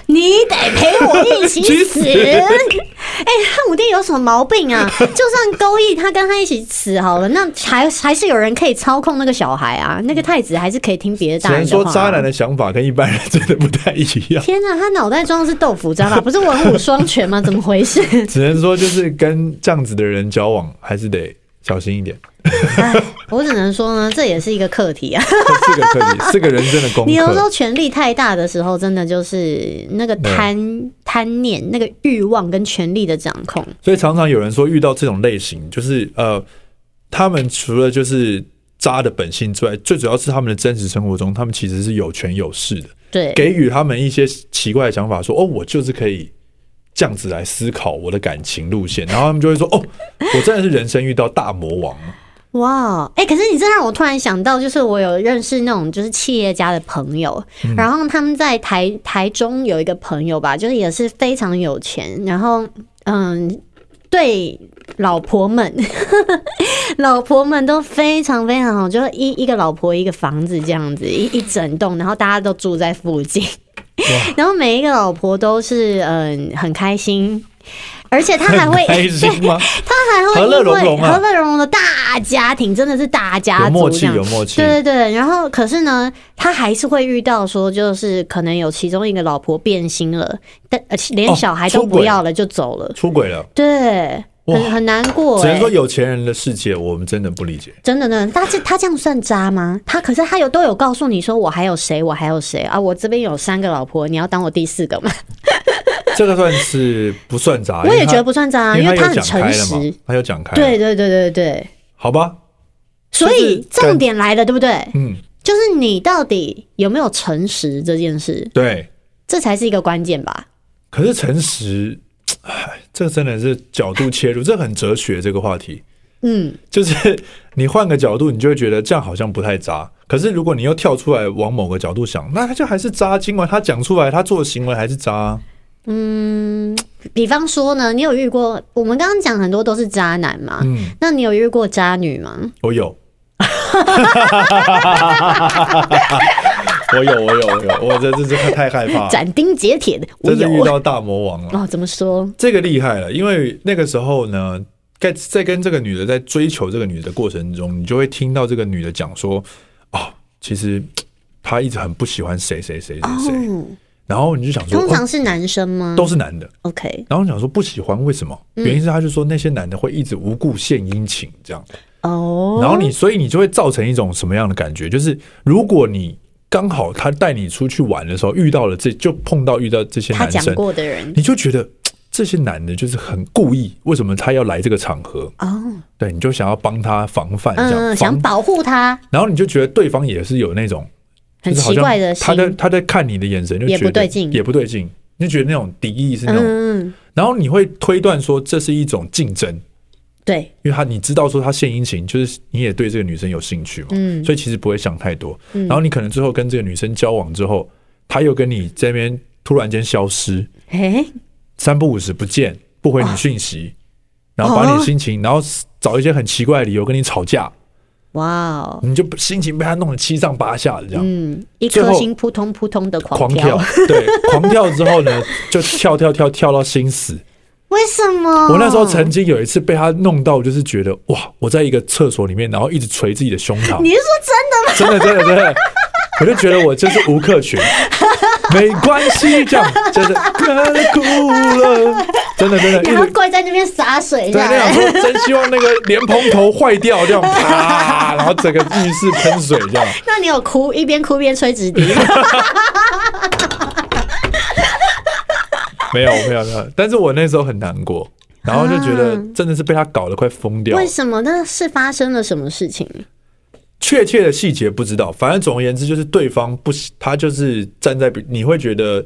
Speaker 3: 你得陪我一起
Speaker 2: 去
Speaker 3: 死！
Speaker 2: 死
Speaker 3: 哎、汉武帝有什么毛 病啊？就算勾弋他跟他一起死好了，那还还是有人可以操控那个小孩啊，那个太子还是可以听别的
Speaker 2: 只
Speaker 3: 大
Speaker 2: 能
Speaker 3: 人的
Speaker 2: 说
Speaker 3: 话啊。
Speaker 2: 渣男的想法跟一般人真的不太一 样。
Speaker 3: 天哪、他脑袋装的是豆腐渣吧？ 不是文武双全吗？怎么 回事？
Speaker 2: 只能说就是跟这样子的人交往，还是得小心一点。
Speaker 3: 哎，我只能说呢，这也是一个课题啊。
Speaker 2: 这是个课题，是个人生的功
Speaker 3: 你有时候
Speaker 2: 课。
Speaker 3: 权力太大的时候，真的就是那个贪贪念、那个欲望跟权力的掌控。
Speaker 2: 所以常常有人说，遇到这种类型，就是呃，他们除了就是渣的本性之外，最主要是他们的真实生活中，他们其实是有权有势的，
Speaker 3: 对，
Speaker 2: 给予他们一些奇怪的想法，说哦，我就是可以。这样子来思考我的感情路线，然后他们就会说：“哦，我真的是人生遇到大魔 王。
Speaker 3: 哇，哎、可是你这让我突然想到，就是我有认识那种就是企业家的朋友，
Speaker 2: 嗯
Speaker 3: 然后他们在台台中有一个朋友吧，就是也是非常有钱，然后嗯，对老婆们， 老婆们都非常非常好，就是一一个老婆一个房子这样子，一一整栋，然后大家都住在附近， 然后每一个老婆都是嗯很开心，而且她还”会
Speaker 2: 开心吗？
Speaker 3: 他还会
Speaker 2: 和乐融
Speaker 3: 因为
Speaker 2: 融啊
Speaker 3: 和乐融融的大家庭，真的是大家
Speaker 2: 有
Speaker 3: 族
Speaker 2: 默
Speaker 3: 这
Speaker 2: 契，
Speaker 3: 样。
Speaker 2: 有默契。
Speaker 3: 对对对，然后可是呢，他还是会遇到说，就是可能有其中一个老婆变心了，但呃连
Speaker 2: 哦
Speaker 3: 小孩都
Speaker 2: 出
Speaker 3: 不
Speaker 2: 轨
Speaker 3: 要了就走了，
Speaker 2: 出轨了，
Speaker 3: 对，很
Speaker 2: 哇
Speaker 3: 很难过、
Speaker 2: 只能
Speaker 3: 欸
Speaker 2: 说。有钱人的世界，我们真的不理解。
Speaker 3: 真的呢，他这他这样算渣吗？他可是他有都有告诉你说我还有谁，我还有谁啊？我这边有三个老婆，你要当我第四个吗？
Speaker 2: 这个算是不算渣？
Speaker 3: 我
Speaker 2: 哎因
Speaker 3: 也
Speaker 2: 为他
Speaker 3: 觉得不算渣，啊因为
Speaker 2: 他有
Speaker 3: 很
Speaker 2: 讲
Speaker 3: 诚
Speaker 2: 开了
Speaker 3: 实
Speaker 2: 嘛。，哎他有讲开，
Speaker 3: 对，对对对对，
Speaker 2: 好吧，
Speaker 3: 所以
Speaker 2: 就是感
Speaker 3: 重点来了，对不对？
Speaker 2: 嗯，
Speaker 3: 就是你到底有没有诚实这件事，
Speaker 2: 对。
Speaker 3: 这才是一个关键吧？
Speaker 2: 可是诚实，唉，这真的是角度切入，这很哲学这个话题。
Speaker 3: 嗯，
Speaker 2: 就是你换个角度，你就会觉得这样好像不太渣。可是如果你又跳出来往某个角度想，那他就还是渣。尽管他讲出来，他做的行为还是渣啊。
Speaker 3: 比方说呢，你有遇过我们刚刚讲很多都是渣男嘛？
Speaker 2: 嗯，
Speaker 3: 那你有遇过 渣女吗？
Speaker 2: 我有。我有，我有，我有，我这这这太害怕了，
Speaker 3: 斩钉截铁的， 我
Speaker 2: 啊真是遇
Speaker 3: 有
Speaker 2: 到大魔王了。
Speaker 3: 哦，怎么说？
Speaker 2: 这个厉害了，因为那个时候呢，在在跟这个女的在追求这个女的过程中，你就会听到这个女的讲说：“哦，其实她一直很不喜欢谁谁谁谁谁。
Speaker 3: 哦，
Speaker 2: 然后你就想说，
Speaker 3: 通
Speaker 2: 哦
Speaker 3: 常是男生吗？
Speaker 2: 都是男的。
Speaker 3: OK
Speaker 2: 然后你想说不喜欢为什么？
Speaker 3: 嗯
Speaker 2: 原因是他就说那些男的会一直无故献殷勤这样，
Speaker 3: 哦，
Speaker 2: 然后你所以你就会造成一种什么样的感觉？就是如果你刚好他带你出去玩的时候遇到了这就碰到遇到这些
Speaker 3: 他
Speaker 2: 男
Speaker 3: 讲
Speaker 2: 生，
Speaker 3: 过的人
Speaker 2: 你就觉得嘖这些男的就是很故意，为什么他要来这个场合？
Speaker 3: 哦，
Speaker 2: 对，你就想要帮他防范这样，
Speaker 3: 嗯，想
Speaker 2: 防，
Speaker 3: 保护他，
Speaker 2: 然后你就觉得对方也是有那种
Speaker 3: 很
Speaker 2: 就是好
Speaker 3: 奇
Speaker 2: 像
Speaker 3: 怪的
Speaker 2: 他
Speaker 3: 心，
Speaker 2: 在他在看你的眼神就
Speaker 3: 也不
Speaker 2: 觉得
Speaker 3: 对劲
Speaker 2: 也不对劲，你就觉得那种敌意是那种，
Speaker 3: 嗯，
Speaker 2: 然后你会推断说这是一种竞争，
Speaker 3: 对，
Speaker 2: 因为他你知道说他献殷勤，就是你也对这个女生有兴趣嘛，
Speaker 3: 嗯
Speaker 2: 所以其实不会想太多。
Speaker 3: 嗯
Speaker 2: 然后你可能最后跟这个女生交往之后，她又跟你这边突然间消失，
Speaker 3: 哎，
Speaker 2: 三不五时不见，不回你讯息，然后把你
Speaker 3: 哦
Speaker 2: 心情，然后找一些很奇怪的理由跟你吵架，
Speaker 3: 哇哦，
Speaker 2: 你就心情被他弄得七上八下的这样。
Speaker 3: 嗯，一
Speaker 2: 最
Speaker 3: 颗
Speaker 2: 后
Speaker 3: 心扑通扑通的狂
Speaker 2: 狂跳，对，狂跳之后呢， 就跳跳跳跳到心死。
Speaker 3: 为什么？
Speaker 2: 我那时候曾经有一次被他弄到，就是觉得哇，我在一个厕所里面，然后一直捶自己的胸膛。
Speaker 3: 你是说真的吗？
Speaker 2: 真的真的真的，我就觉得我就是吴克群，没关系，这样就是哭了，真的真的，一
Speaker 3: 然后
Speaker 2: 直
Speaker 3: 跪在那边洒水
Speaker 2: 嗯对
Speaker 3: 下
Speaker 2: 那样
Speaker 3: 来，
Speaker 2: 说，真希望那个莲蓬头坏掉，这样啪，然后整个浴室喷水这样，
Speaker 3: 那你有哭一边哭一边吹纸笛？
Speaker 2: 没有没有没有，但是我那时候很难过。然后就觉得
Speaker 3: 啊
Speaker 2: 真的是被他搞得快疯掉
Speaker 3: 为，什么？那是发生了什么事情？
Speaker 2: 确切的细节不知道，反正总而言之就是对方不喜，他就是站在比你会觉得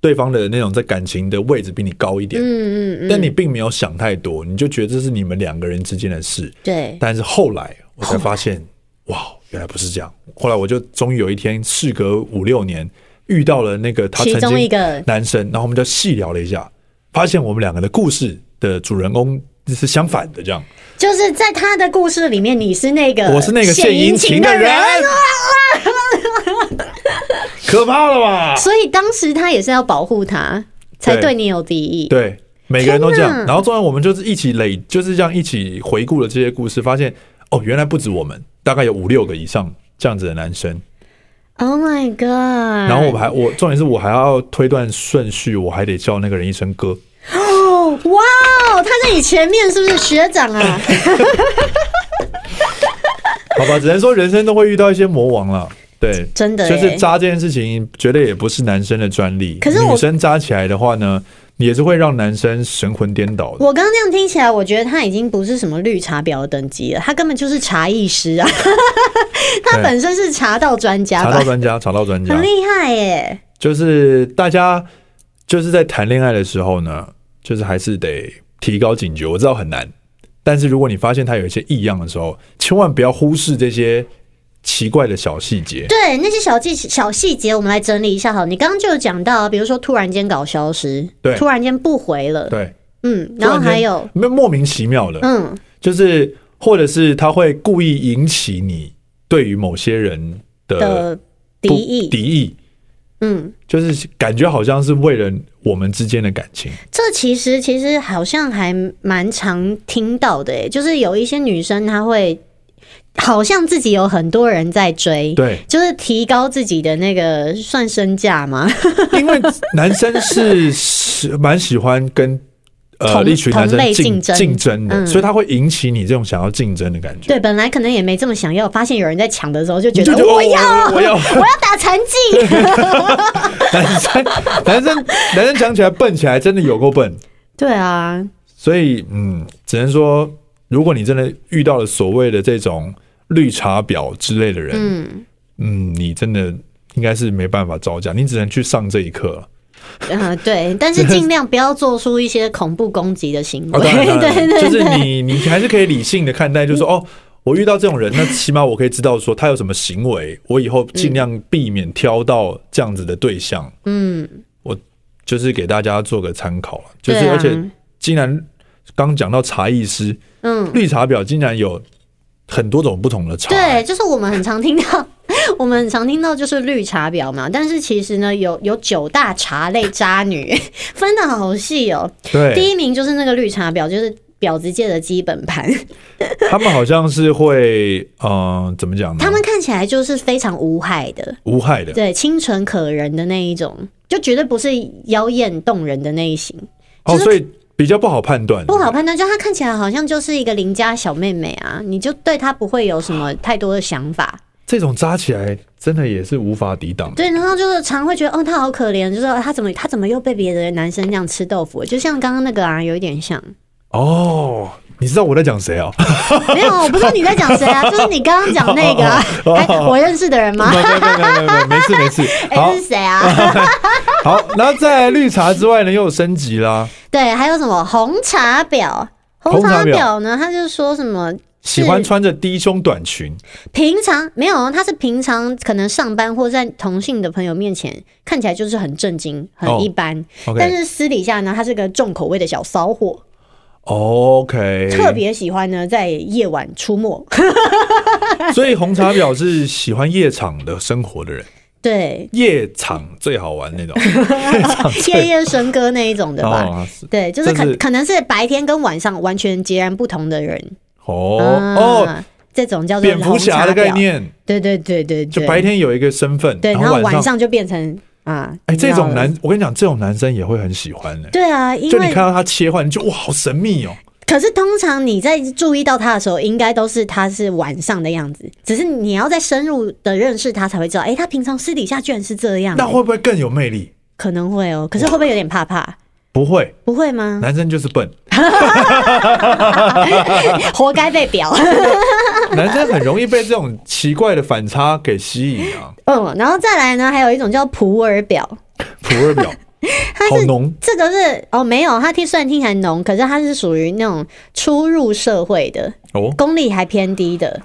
Speaker 2: 对方的那种在感情的位置比你高一点，
Speaker 3: 嗯嗯嗯，
Speaker 2: 但你并没有想太多，你就觉得这是你们两个人之间的事。
Speaker 3: 对，
Speaker 2: 但是后来我才发现，哇，原来不是这样。后来我就终于有一天，事隔五六年，遇到了那个他
Speaker 3: 其
Speaker 2: 曾
Speaker 3: 中一
Speaker 2: 经
Speaker 3: 个
Speaker 2: 男生，然后我们就细聊了一下，发现我们两个的故事的主人公是相反的。这样，
Speaker 3: 就是在他的故事里面，你是那个
Speaker 2: 我是那个献
Speaker 3: 呃献
Speaker 2: 殷勤
Speaker 3: 勤
Speaker 2: 的人
Speaker 3: 人，，
Speaker 2: 可怕了 吧？
Speaker 3: 所以当时他也是要保护他，才
Speaker 2: 对
Speaker 3: 对你有敌意。
Speaker 2: 对，每个人都这样
Speaker 3: 天。哪
Speaker 2: 然后中间我们就是一起累，就是这样一起回顾了这些故事，发现哦，原来不止我们，大概有五六个以上这样子的男生。
Speaker 3: Oh my god！
Speaker 2: 然
Speaker 3: 然
Speaker 2: 后我们还我重点是我还要推断顺序，我还得叫那个人一声哥。
Speaker 3: 哦，哇哦，他在你前面是不是学长 啊？
Speaker 2: 好吧，只能说人生都会遇到一些魔王了。对，
Speaker 3: 真的耶
Speaker 2: 就是渣这件事情，绝对也不是男生的专利。
Speaker 3: 可是我
Speaker 2: 女生渣起来的话呢，也是会让男生神魂颠倒的。
Speaker 3: 我刚刚这样听起来，我觉得他已经不是什么绿茶婊的等级了，他根本就是茶艺师啊！ 他本身是茶道专家
Speaker 2: 查
Speaker 3: 吧
Speaker 2: 到？专家，查到专家
Speaker 3: 很，厉害耶！
Speaker 2: 就是大家就是在谈恋爱的时候呢，就是还是得提高警觉。我知道很难，但是如果你发现他有一些异样的时候，千万不要忽视这些奇怪的小细节。
Speaker 3: 对那些小细小细节，我们来整理一下好。你刚刚就有讲到，比如说突然间搞消失，
Speaker 2: 对
Speaker 3: 突然间不回了，
Speaker 2: 对。
Speaker 3: 嗯，然后还有，
Speaker 2: 没莫名其妙的，
Speaker 3: 嗯，
Speaker 2: 就是或者是他会故意引起你对于某些人的
Speaker 3: 的
Speaker 2: 呃
Speaker 3: 敌
Speaker 2: 不
Speaker 3: 意，
Speaker 2: 敌意，
Speaker 3: 嗯，
Speaker 2: 就是感觉好像是为了我们之间的感情。
Speaker 3: 这其实其实好像还蛮常听到的，诶，就是有一些女生她会好像自己有很多人在追，，
Speaker 2: 对
Speaker 3: 就是提高自己的那个算身 价嘛，
Speaker 2: 因为男生是是蛮喜欢跟呃
Speaker 3: 同
Speaker 2: 一群男生
Speaker 3: 同类
Speaker 2: 竞
Speaker 3: 竞争
Speaker 2: 竞争的，
Speaker 3: 嗯
Speaker 2: 所以他会引起你这种想要竞争的感觉。
Speaker 3: 对，本来可能也没这么想要，发现有人在抢的时候就觉
Speaker 2: 你就
Speaker 3: 得
Speaker 2: 觉得
Speaker 3: 我要
Speaker 2: 哦我要
Speaker 3: 我要打残疾，
Speaker 2: 男生男生男生讲起来笨起来真的有够笨，
Speaker 3: 对啊，
Speaker 2: 所以，嗯，只能说，如果你真的遇到了所谓的这种绿茶婊之类的人，嗯你真的应该是没办法招架，你只能去上这一课了。
Speaker 3: 嗯、对，但是尽量不要做出一些恐怖攻击的 行为，
Speaker 2: 啊，当然，当
Speaker 3: 对
Speaker 2: 然
Speaker 3: 对
Speaker 2: 就是你，你还是可以理性的看待，就是说，哦，我遇到这种人，那起码我可以知道说他有什么行为，我以后尽量避免挑到这样子的对象。嗯，我就是给大家做个参考了，就是、
Speaker 3: 对啊
Speaker 2: 而且，既然刚讲到茶艺师，
Speaker 3: 嗯。
Speaker 2: 绿茶婊竟然有很多种不同的茶，
Speaker 3: 对，就是我们很常听到 我们很常听到就是绿茶婊嘛，但是其实呢，有有九大茶类渣女， 分的好细哦、第
Speaker 2: 对
Speaker 3: 一名就是那个绿茶婊，就是婊子界的基本盘。
Speaker 2: 他们好像是会，嗯、呃，怎么讲呢？
Speaker 3: 他们看起来就是非常无害的，
Speaker 2: 无害的，
Speaker 3: 对，清纯可人的那一种，就绝对不是妖艳动人的那一型。
Speaker 2: 哦，
Speaker 3: 就是
Speaker 2: 所以比较不好判断，
Speaker 3: 不好判断，就她看起来好像就是一个邻家小妹妹啊，你就对她不会有什么太多的想法。
Speaker 2: 这种扎起来真的也是无法抵挡的。
Speaker 3: 对，然后就是常会觉得，哦，她好可怜，就是哦她怎么她怎么又被别的男生这样吃豆腐，就像刚刚那个啊，有一点像。
Speaker 2: 哦，你知道我在讲谁啊？
Speaker 3: 没有，我不知道你在讲谁啊，就是你刚刚讲那个、啊，哎，我认识的人吗
Speaker 2: 没？有没有没有没有没事没事。
Speaker 3: 哎、
Speaker 2: 好
Speaker 3: 是谁啊？
Speaker 2: 好，然后在绿茶之外呢，又有升级啦，
Speaker 3: 对，还有什么红茶婊？红
Speaker 2: 红茶
Speaker 3: 茶
Speaker 2: 婊
Speaker 3: 婊呢？他就说什么
Speaker 2: 喜
Speaker 3: 是
Speaker 2: 欢穿着低胸短裙，
Speaker 3: 平常没有，他是平常可能上班或在同性的朋友面前看起来就是很正经、
Speaker 2: 哦
Speaker 3: 很一般
Speaker 2: OK
Speaker 3: 但是私底下呢，他是个重口味的小骚货，
Speaker 2: OK，
Speaker 3: 特。别喜欢呢在夜晚出没。
Speaker 2: 所以红茶婊是喜欢夜场的生活的人，
Speaker 3: 对，
Speaker 2: 夜场最好玩那种。
Speaker 3: 夜夜笙歌那一种的吧。
Speaker 2: 啊哦是
Speaker 3: 对，就是
Speaker 2: 但
Speaker 3: 可
Speaker 2: 是
Speaker 3: 可能是白天跟晚上完全截然不同的人
Speaker 2: 哦
Speaker 3: 啊
Speaker 2: 哦，
Speaker 3: 这种叫做
Speaker 2: 蝙蝠侠的
Speaker 3: 红茶
Speaker 2: 概，
Speaker 3: 婊
Speaker 2: 念，
Speaker 3: 对对对对对，
Speaker 2: 就白天有一个身份，
Speaker 3: 对，然后晚
Speaker 2: 晚。
Speaker 3: 上就变成啊，
Speaker 2: 哎，
Speaker 3: 你知
Speaker 2: 这
Speaker 3: 道
Speaker 2: 种
Speaker 3: 了
Speaker 2: 男，我跟你讲，这种男生也会很喜欢的。
Speaker 3: 对啊，因
Speaker 2: 就你
Speaker 3: 为
Speaker 2: 看到他切换，你就哇，好神秘哦。
Speaker 3: 可是通常你在注意到他的时候，应该都是他是晚上的样子，只是你要再深入的认识他才会知道，哎、他平常私底下居然是这样、
Speaker 2: 那会不会更有魅力？
Speaker 3: 可能会哦，可是会不会有点 怕怕？
Speaker 2: 不会，
Speaker 3: 不会吗？
Speaker 2: 男生就是笨，
Speaker 3: 活该被表。嗯
Speaker 2: 男生很容易被这种奇怪的反差给吸引啊。
Speaker 3: 嗯，然后再来呢，还有一种叫普洱表，
Speaker 2: 普洱 表，好浓
Speaker 3: 这个是哦，没有，他听虽然听起来浓，可是他是属于那种初入社会的，
Speaker 2: 哦。
Speaker 3: 功力还偏低的。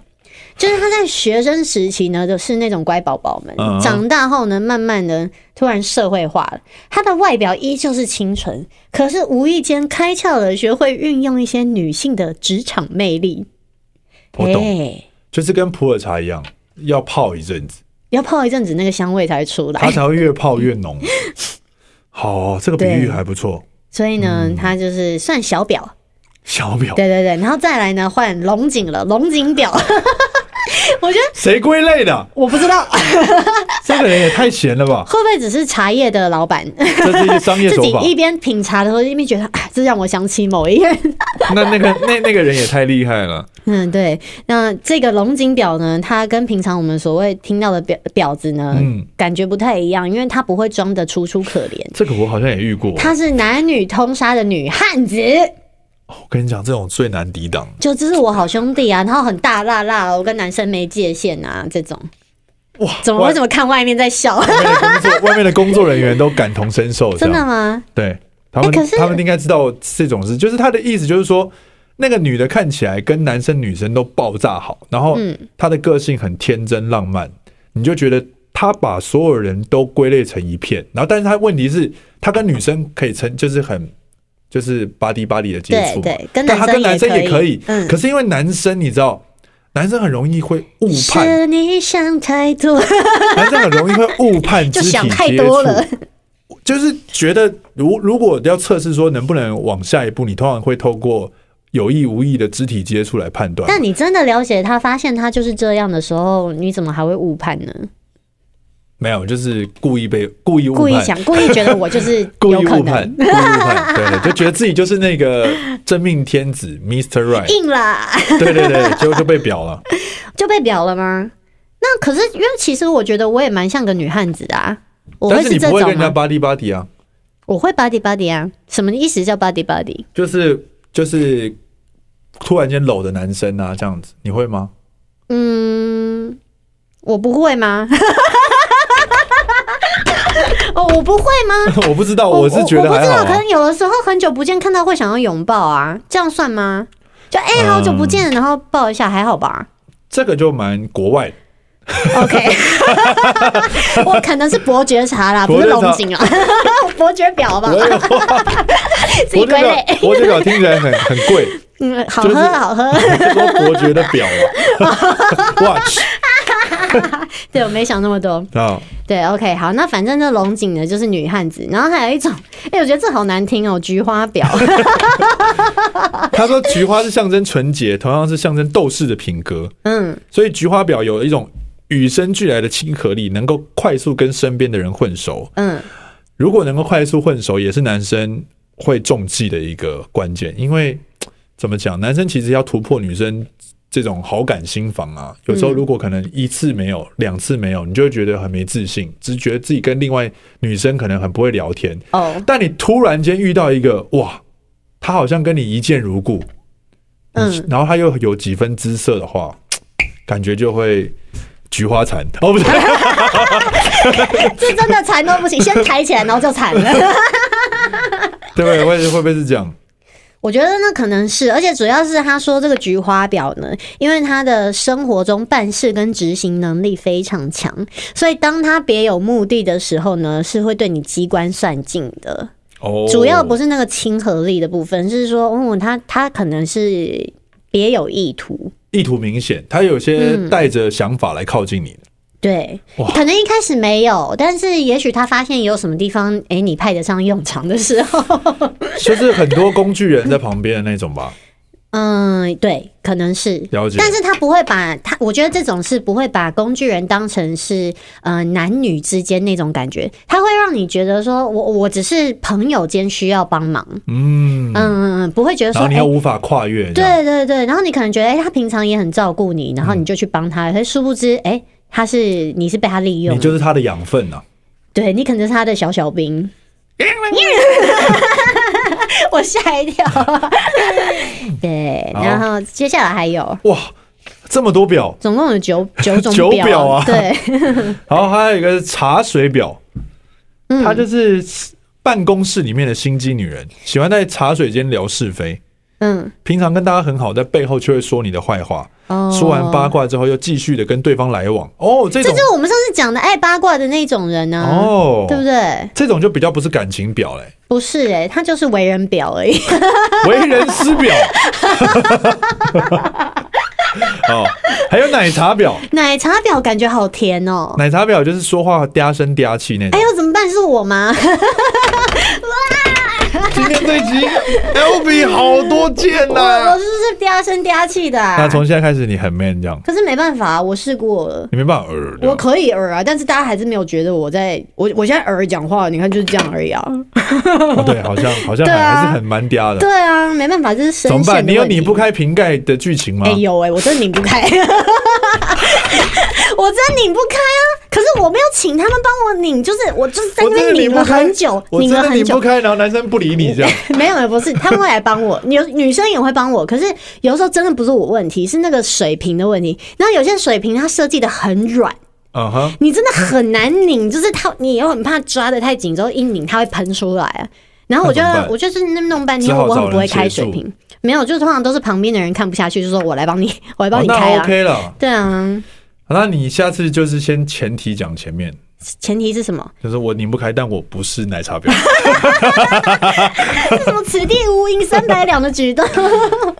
Speaker 3: 就是他在学生时期呢，就是那种乖宝宝们，
Speaker 2: 嗯
Speaker 3: 长大后呢，慢慢的突然社会化了。他的外表依旧是清纯，可是无意间开窍了，学会运用一些女性的职场魅力。
Speaker 2: 我懂
Speaker 3: 哎
Speaker 2: 就是跟普洱茶一样，要泡一阵子，
Speaker 3: 要泡一阵子，那个香味才会出
Speaker 2: 它
Speaker 3: 来。
Speaker 2: 才会越泡越 浓。好、这个比喻
Speaker 3: 对
Speaker 2: 还不错。
Speaker 3: 所以呢，他就是算小表，
Speaker 2: 小表，
Speaker 3: 对对对。然后再来呢，换龙井了，龙井表。我觉得
Speaker 2: 谁归类的？
Speaker 3: 我不知道
Speaker 2: 这个人也太闲了吧！
Speaker 3: 会不会只是茶叶的老板。
Speaker 2: 这是一个商业
Speaker 3: 自
Speaker 2: 手
Speaker 3: 己
Speaker 2: 法。
Speaker 3: 一边品茶的时候，一边觉得，哎，这让我想起某一个人。
Speaker 2: 那那个那那个人也太厉害了。
Speaker 3: 嗯，对。那这个龙井表呢，它跟平常我们所谓听到的婊婊子呢，
Speaker 2: 嗯
Speaker 3: 感觉不太一样，因为它不会装的楚楚可怜，
Speaker 2: 这个我好像也遇过。
Speaker 3: 她是男女通杀的女汉子，
Speaker 2: 我跟你讲，这种最难抵挡。
Speaker 3: 就这是我好兄弟啊，然后很大辣辣，我跟男生没界限啊，这种。
Speaker 2: 哇，
Speaker 3: 怎么
Speaker 2: 外
Speaker 3: 我怎么看外面在笑？
Speaker 2: 外面的工作，外面的工作人员都感同身 受，这
Speaker 3: 真的
Speaker 2: 样
Speaker 3: 吗？
Speaker 2: 对他们
Speaker 3: 哎可是
Speaker 2: 他们应该知道这种事，就是他的意思就是说，那个女的看起来跟男生女生都爆炸好，然后
Speaker 3: 嗯
Speaker 2: 她的个性很天真浪漫，你就觉得她把所有人都归类成一片，然后但是她问题是，她跟女生可以成就是很。就是巴迪巴迪的接触嘛，
Speaker 3: 对对跟
Speaker 2: 但她跟男
Speaker 3: 男
Speaker 2: 生
Speaker 3: 生
Speaker 2: 也
Speaker 3: 也
Speaker 2: 可
Speaker 3: 可以
Speaker 2: 以，
Speaker 3: 嗯
Speaker 2: 可是因为男生你知道，男生很容易会误判，
Speaker 3: 是你想太多，
Speaker 2: 男生很容易会误判肢
Speaker 3: 就
Speaker 2: 体
Speaker 3: 想太
Speaker 2: 接
Speaker 3: 多了
Speaker 2: 触，就是觉得如如果要测试说能不能往下一步，你通常会透过有意无意的肢体接触来判断。
Speaker 3: 但你真的了解他，发现他就是这样的时候，你怎么还会误判呢？
Speaker 2: 没有，就是故意被故意误判，
Speaker 3: 故意想，故意觉得我就是
Speaker 2: 故意
Speaker 3: 有可
Speaker 2: 误判
Speaker 3: 能，
Speaker 2: 故意误判，对对，就觉得自己就是那个真命天子 Mr. Right，
Speaker 3: 硬啦，
Speaker 2: 对对对，结果就被表了。
Speaker 3: 就被表了吗？那可是因为其实我觉得我也蛮像个女汉子的啊，我
Speaker 2: 但
Speaker 3: 会
Speaker 2: 是你
Speaker 3: 这
Speaker 2: 不会跟
Speaker 3: 种
Speaker 2: 人家
Speaker 3: 吗？
Speaker 2: 巴 o 巴 y 啊，
Speaker 3: 我会 body body 啊，什么意思叫 body body？
Speaker 2: 就是就是突然间搂的男生啊，这样子，你会吗？
Speaker 3: 嗯，我不会吗？ 哦，我不会吗？
Speaker 2: 我不知道， 我是觉得
Speaker 3: 我不
Speaker 2: 还
Speaker 3: 知
Speaker 2: 好
Speaker 3: 道，可
Speaker 2: 啊
Speaker 3: 能。有的时候很久不见，看到会想要拥抱啊，这样算吗？就哎、
Speaker 2: 嗯
Speaker 3: 好久不见，然后抱一下，还 好吧？
Speaker 2: 这个就蛮国外的
Speaker 3: OK，我可能是伯爵茶啦， 不是龙井啊，伯爵表好不好？
Speaker 2: 我有
Speaker 3: 自己归类。
Speaker 2: 伯爵表听起来很很贵，
Speaker 3: 嗯，好
Speaker 2: 就是
Speaker 3: 喝，好喝。
Speaker 2: 说伯爵的表啊 ，watch。
Speaker 3: 对我没想那么多。
Speaker 2: 啊，
Speaker 3: 对，OK，好，那反正那龙井呢就是女汉子，然后还有一种，哎、我觉得这好难听哦、菊花婊。
Speaker 2: 他说菊花是象征纯洁，同样是象征斗士的品格，
Speaker 3: 嗯，
Speaker 2: 所以菊花婊有一种与生俱来的亲和力，能够快速跟身边的人混熟。
Speaker 3: 嗯，
Speaker 2: 如果能够快速混熟，也是男生会中计的一个关键，因为怎么讲，男生其实要突破女生。这种好感心防啊，有时候如果可能一次没有，两次没有，你就会觉得很没自信，只觉得自己跟另外女生可能很不会聊天，
Speaker 3: 哦，
Speaker 2: 但你突然间遇到一个哇，他好像跟你一见如故，
Speaker 3: 嗯，
Speaker 2: 然后他又有几分姿色的话，感觉就会菊花残哦， 不是
Speaker 3: 这真的馋都不行，先抬起来，然后就馋了。
Speaker 2: 对不对？会会不会是这样？
Speaker 3: 我觉得那可能是，而且主要是他说这个菊花婊呢，因为他的生活中办事跟执行能力非常强，所以当他别有目的的时候呢，是会对你机关算尽的。
Speaker 2: 哦，
Speaker 3: 主要不
Speaker 2: 是
Speaker 3: 是那个亲和力的部分，是说，嗯，他他可能是别有意图，
Speaker 2: 意图明显，他有些
Speaker 3: 嗯
Speaker 2: 带着想法来靠近你的。
Speaker 3: 对
Speaker 2: 哇，
Speaker 3: 可能一开始没有，但是也许他发现有什么地方，哎、你派得上用场的时候，
Speaker 2: 就是很多工具人在旁边的那种吧。
Speaker 3: 嗯，对，可能是
Speaker 2: 了解
Speaker 3: 但是他不会把他，我觉得这种是不会把工具人当成是呃男女之间那种感觉，他会让你觉得说我我只是朋友间需要帮忙，
Speaker 2: 嗯，
Speaker 3: 嗯嗯，不会觉得
Speaker 2: 然
Speaker 3: 说
Speaker 2: 后
Speaker 3: 哎。
Speaker 2: 你又无法跨越，这样
Speaker 3: 对对对，然后你可能觉得，哎、他平常也很照顾你，然后你就去帮他，可是殊不知，哎、他是你是被他利用
Speaker 2: 你
Speaker 3: 的，
Speaker 2: 就是他的养分啊呐。
Speaker 3: 对你可能是他的小 小兵。我吓一跳。 对，
Speaker 2: 好
Speaker 3: 然后接下来还有，
Speaker 2: 哇，这么多表，
Speaker 3: 总共有九九种
Speaker 2: 九表啊
Speaker 3: 对，
Speaker 2: 然后还有一个是茶水婊，
Speaker 3: 嗯
Speaker 2: 她就是办公室里面的心机女人，喜欢在茶水间聊是非，
Speaker 3: 嗯，
Speaker 2: 平常跟大家很好，在背后却会说你的坏话。
Speaker 3: 哦
Speaker 2: 说完八，卦之后，又继续的跟对方来往。哦，这
Speaker 3: 这
Speaker 2: 种
Speaker 3: 就是我们上次讲的爱八卦的那种人呢、啊，
Speaker 2: 哦，
Speaker 3: 对不对？
Speaker 2: 这种就比较不是感情表嘞，
Speaker 3: 不是哎、他就是为人表而已。
Speaker 2: 为人师表。 哦，还有奶茶表，
Speaker 3: 奶茶表感觉好甜哦、
Speaker 2: 奶茶表就是说话嗲声嗲气那种
Speaker 3: 哎。呦，怎么办？是我吗？
Speaker 2: 今天这集 L B 好多件
Speaker 3: 我 我
Speaker 2: 呐、
Speaker 3: 是不是嗲声嗲气的、
Speaker 2: 哎那
Speaker 3: 啊？
Speaker 2: 从现在开始，你很 man 这样，
Speaker 3: 可是没办法、啊，我试过了。
Speaker 2: 你没办法呃。这
Speaker 3: 我
Speaker 2: 样
Speaker 3: 可以耳啊，但是大家还是没有觉得我在我我现在耳讲话，你看就是这样而已啊。
Speaker 2: 哦对，好 像好像
Speaker 3: 对
Speaker 2: 还,、
Speaker 3: 啊
Speaker 2: 还是很蛮嗲的。
Speaker 3: 对啊，没办法，这是声
Speaker 2: 怎么
Speaker 3: 线的
Speaker 2: 办？你有
Speaker 3: 问题
Speaker 2: 拧不？开瓶盖的剧情吗？
Speaker 3: 哎、有哎、我真的拧不开， 我真的拧不开啊！可是我没有请他们帮我拧，就是我就是在
Speaker 2: 我
Speaker 3: 那
Speaker 2: 真
Speaker 3: 边
Speaker 2: 的拧
Speaker 3: 拧了
Speaker 2: 不开
Speaker 3: 很久，
Speaker 2: 我真
Speaker 3: 了
Speaker 2: 的
Speaker 3: 很
Speaker 2: 拧不
Speaker 3: 久。
Speaker 2: 开，然后男生不理你这样。
Speaker 3: 没有，也不是，他们会来帮我，有女生也会帮我。可是有时候真的不是我问题，是那个水平的问题。然后有些水平它设计的很软，
Speaker 2: 嗯哼，
Speaker 3: 你真的很难拧，就是它，你又很怕抓的太紧，之后一拧它会喷出来啊。然后我就
Speaker 2: 那怎么办
Speaker 3: 我就是那么弄半天，
Speaker 2: 只好
Speaker 3: 我
Speaker 2: 找
Speaker 3: 很不会
Speaker 2: 人
Speaker 3: 开
Speaker 2: 协助
Speaker 3: 水瓶，没有，就是通常都是旁边的人看不下去，就说我来帮你， 我来帮
Speaker 2: 哦
Speaker 3: 你开
Speaker 2: 那
Speaker 3: 啊。
Speaker 2: OK 了。
Speaker 3: 对啊，
Speaker 2: 那你下次就是先前提讲前面，
Speaker 3: 前提是什么？
Speaker 2: 就是我拧不开，但我不是奶茶 婊。
Speaker 3: 这是什么此地无银三百两的 举动？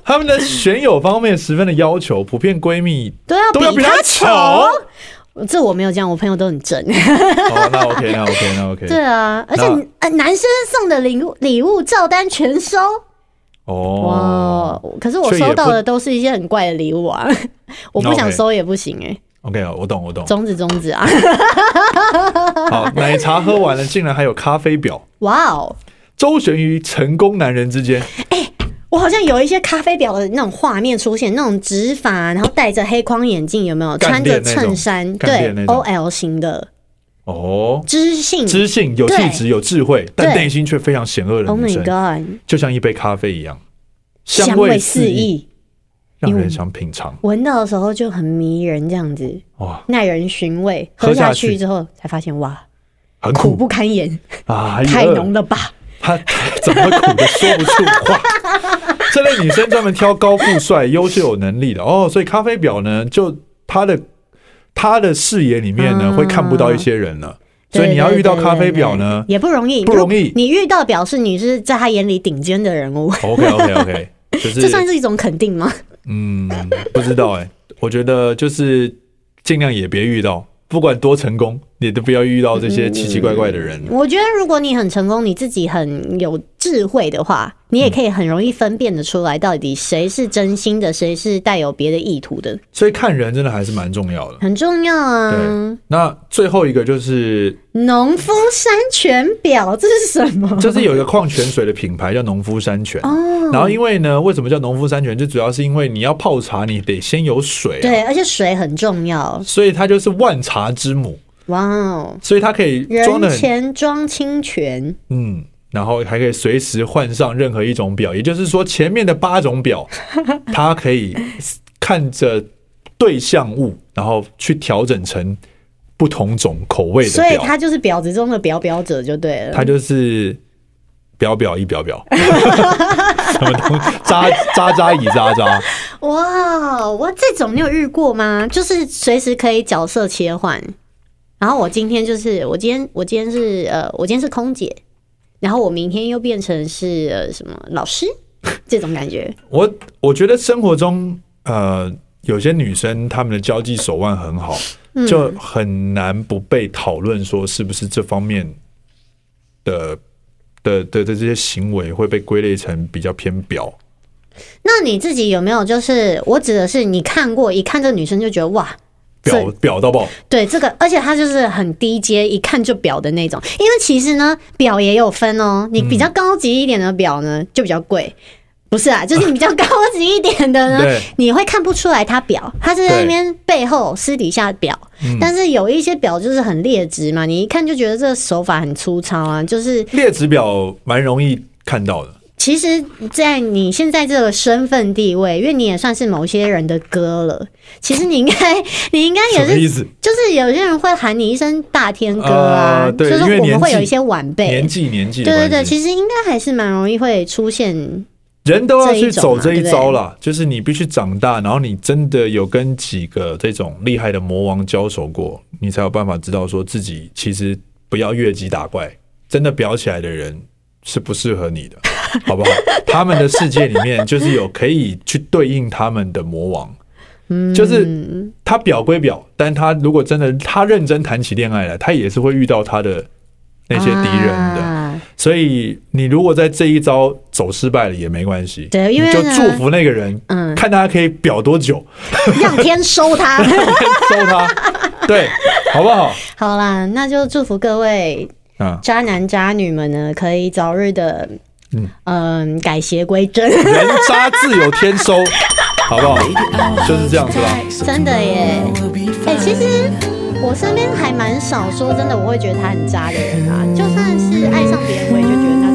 Speaker 2: 他们的选友方面十分的要求，普遍闺 蜜
Speaker 3: 都要
Speaker 2: 都要比
Speaker 3: 他
Speaker 2: 她
Speaker 3: 丑。这我没有这样，我朋友都很正。
Speaker 2: 哦，那 OK，那 OK，那 OK。
Speaker 3: 对啊，而且
Speaker 2: 那
Speaker 3: 呃，男生送的礼物礼物照单全收
Speaker 2: 哦
Speaker 3: 哇！可是我
Speaker 2: 所以也
Speaker 3: 收到
Speaker 2: 不
Speaker 3: 的都是一些很怪的礼物啊， 我不想
Speaker 2: OK
Speaker 3: 收也不行哎、
Speaker 2: ，OK，我懂， 我懂。
Speaker 3: 中指中指啊！
Speaker 2: 好，奶茶喝完了，竟然还有咖啡婊，
Speaker 3: 哇哦，
Speaker 2: 周旋于成功男人之间。
Speaker 3: 我好像有一些咖啡婊的那种画面出现，那种直发，然后戴着黑框眼镜，有没有？
Speaker 2: 干
Speaker 3: 穿
Speaker 2: 练
Speaker 3: 着
Speaker 2: 那种
Speaker 3: 衬衫，
Speaker 2: 干
Speaker 3: 对
Speaker 2: 练那种
Speaker 3: ，OL 型的
Speaker 2: 哦，
Speaker 3: 知性。
Speaker 2: 知性、有气质、有智慧，但
Speaker 3: 对
Speaker 2: 内心却非常险恶的
Speaker 3: Oh
Speaker 2: 女
Speaker 3: my
Speaker 2: 生，
Speaker 3: god，
Speaker 2: 就像一杯咖啡一样，嗯
Speaker 3: 香
Speaker 2: 味
Speaker 3: 四
Speaker 2: 溢，
Speaker 3: 溢，
Speaker 2: 让人想品尝。
Speaker 3: 闻到的时候就很迷人，这样子
Speaker 2: 哇，
Speaker 3: 耐人寻味。
Speaker 2: 喝
Speaker 3: 喝
Speaker 2: 下
Speaker 3: 下
Speaker 2: 去
Speaker 3: 去之后才发现，哇，
Speaker 2: 很
Speaker 3: 苦
Speaker 2: 苦
Speaker 3: 不堪言，
Speaker 2: 啊，
Speaker 3: 太浓了吧？
Speaker 2: 他怎么苦的说不出 话？这类女生专门挑高富帅、优秀有能力的哦，所以咖啡婊呢，就她的她的视野里面呢，
Speaker 3: 嗯
Speaker 2: 会看不到一些人了。所以
Speaker 3: 对
Speaker 2: 你要
Speaker 3: 对
Speaker 2: 遇到
Speaker 3: 对
Speaker 2: 咖
Speaker 3: 对
Speaker 2: 啡
Speaker 3: 对
Speaker 2: 婊呢
Speaker 3: 也不容易，
Speaker 2: 嗯不容易
Speaker 3: 如你遇到表示你是在他眼里顶尖的人物，
Speaker 2: ，OK OK OK，就
Speaker 3: 这算
Speaker 2: 是
Speaker 3: 是一种肯定吗？
Speaker 2: 欸嗯，不知道哎、我觉得就是尽量也别遇到，不管多成功，你都不要遇到这些奇奇怪怪的人。
Speaker 3: 我觉得如果你很成功，你自己很有智慧的话，你也可以很容易分辨得出来，到底谁是真心的，谁是带有别的意图的，
Speaker 2: 所以看人真的还是蛮重要的。
Speaker 3: 很重要啊
Speaker 2: 对。，那最后一个就是，
Speaker 3: 农夫山泉表这是什么？
Speaker 2: 就是有一个矿泉水的品牌叫农夫山泉。然后因为呢，为什么叫农夫山泉？就主要是因为你要泡茶，你得先有水、啊，
Speaker 3: 对，而且水很重要。
Speaker 2: 所以它就是万茶之母，
Speaker 3: 哇哦，
Speaker 2: 所以它可以装的很
Speaker 3: 人前装清泉，
Speaker 2: 嗯。然后还可以随时换上任何一种表，也就是说前面的八种 表，它可以看着对象物，然后去调整成不同种口味的
Speaker 3: 所以
Speaker 2: 表。
Speaker 3: 他就是婊子中的表表者就对了。
Speaker 2: 他就是表表一表 表，什么东西渣渣渣一渣渣，
Speaker 3: 哇，哇，这种你有遇过吗？就是随时可以角色切换。然后我今天就是，我今天我今天是呃，我今天是空姐，然后我明天又变成是、呃、什么老师， 这种感觉。
Speaker 2: 我我觉得生活中呃，有些女生她们的交际手腕很好，
Speaker 3: 嗯
Speaker 2: 就很难不被讨论说是不是这方面的的的的这些行为会被归类成比较偏表。
Speaker 3: 那你自己有没有就是，我指的是你看过，一看这个女生就觉得哇，
Speaker 2: 表表到爆，
Speaker 3: 对这个，而且它就是很低阶，一看就表的那种。因为其实呢，表也有分哦，你比较高级一点的表呢，就比较贵。不是啊，就是你比较高级一点的呢
Speaker 2: 对，
Speaker 3: 你会看不出来它表，它是在那
Speaker 2: 对
Speaker 3: 边背后私底下表。但是有一些表就是很劣质嘛，你一看就觉得这个手法很粗糙啊。就是
Speaker 2: 列指表蛮容易看到的。
Speaker 3: 其实，在你现在这个身份地位，因为你也算是某些人的哥了，其实你应该， 你应该也
Speaker 2: 什么
Speaker 3: 是
Speaker 2: 意思？
Speaker 3: 就是有些人会喊你一声大天哥啊，
Speaker 2: 呃对
Speaker 3: 就是
Speaker 2: 因为
Speaker 3: 我们
Speaker 2: 年
Speaker 3: 会
Speaker 2: 纪
Speaker 3: 有一些晚辈
Speaker 2: 年，纪年纪
Speaker 3: 对
Speaker 2: 的
Speaker 3: 对
Speaker 2: 关
Speaker 3: 对，
Speaker 2: 系。
Speaker 3: 其实应该还是蛮容易会出现，
Speaker 2: 人都要去走
Speaker 3: 这
Speaker 2: 这
Speaker 3: 一种嘛啊
Speaker 2: 一招啦，就是你必须长大，然后你真的有跟几个这种厉害的魔王交手过，你才有办法知道说自己其实不要越级打怪，真的表起来的人是不适合你 的，好不好？他们的世界里面就是有可以去对应他们的魔王，
Speaker 3: 嗯
Speaker 2: 就是他表归表，但他如果真的他认真谈起恋爱来，他也是会遇到他的那些敌人的。
Speaker 3: 啊
Speaker 2: 所以你如果在这一招走失败了也没关系，
Speaker 3: 对因为
Speaker 2: 你就
Speaker 3: 呢
Speaker 2: 祝福那个人，
Speaker 3: 嗯
Speaker 2: 看他可以表多久，
Speaker 3: 让天收他。
Speaker 2: 收他，对，好不好？
Speaker 3: 好啦，那就祝福各位
Speaker 2: 啊，
Speaker 3: 渣男渣女们呢，可以早日的，嗯、改邪 归正。
Speaker 2: 人渣自有天收，好不好？就是这样子啦。
Speaker 3: 真的耶
Speaker 1: We'll be
Speaker 3: 哎、
Speaker 1: fine.
Speaker 3: 其实我身边还蛮少说真的，我会觉得他很渣的人啊，就算是爱上别人，我也就觉得他。